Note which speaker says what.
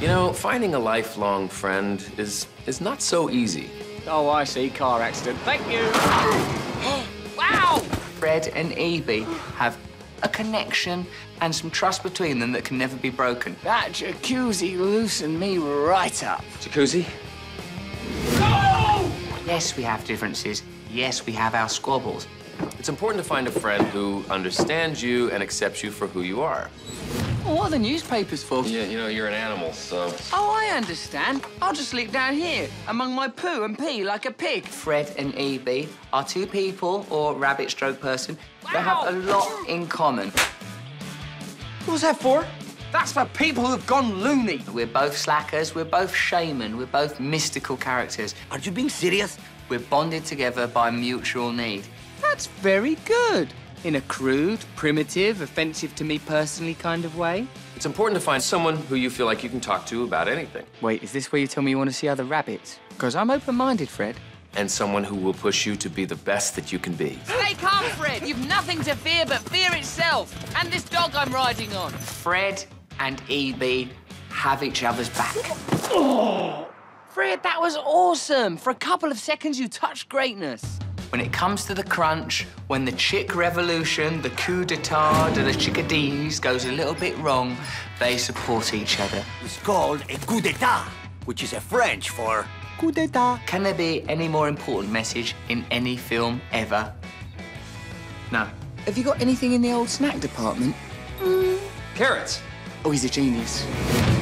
Speaker 1: You know, finding a lifelong friend is is not so easy.
Speaker 2: Oh, I see. Car accident. Thank you.
Speaker 3: Wow! Fred and Evie have a connection and some trust between them that can never be broken.
Speaker 2: That jacuzzi loosened me right up.
Speaker 1: Jacuzzi?
Speaker 3: Yes, we have differences. Yes, we have our squabbles.
Speaker 1: It's important to find a friend who understands you and accepts you for who you are.
Speaker 3: Well, what are the newspapers for?
Speaker 1: Yeah, you know, you're an animal, so.
Speaker 3: Oh, I understand. I'll just sleep down here among my poo and pee like a pig. Fred and EB are two people, or rabbit stroke person, that have a lot in common.
Speaker 2: What's that for? That's for people who've gone loony.
Speaker 3: We're both slackers, we're both shaman, we're both mystical characters.
Speaker 4: Are you being serious?
Speaker 3: We're bonded together by mutual need.
Speaker 2: That's very good. In a crude, primitive, offensive to me personally kind of way.
Speaker 1: It's important to find someone who you feel like you can talk to about anything,
Speaker 2: Wait, is this where you tell me you want to see other rabbits? Because I'm open minded, Fred.
Speaker 1: and someone who will push you to be the best that you can be.
Speaker 5: Stay calm, Fred. You've nothing to fear but fear itself. And this dog I'm riding on.
Speaker 3: Fred and EB have each other's back.
Speaker 2: Fred, that was awesome. For a couple of seconds, you touched greatness.
Speaker 3: When it comes to the crunch, when the chick revolution, the coup d'etat, de the chickadees goes a little bit wrong, they support each other.
Speaker 4: It's called a coup d'etat, which is a French for coup d'etat.
Speaker 3: Can there be any more important message in any film ever? No.
Speaker 2: Have
Speaker 3: Mm.
Speaker 2: you got anything in the old snack department?
Speaker 1: Carrots.
Speaker 2: Oh, he's a genius.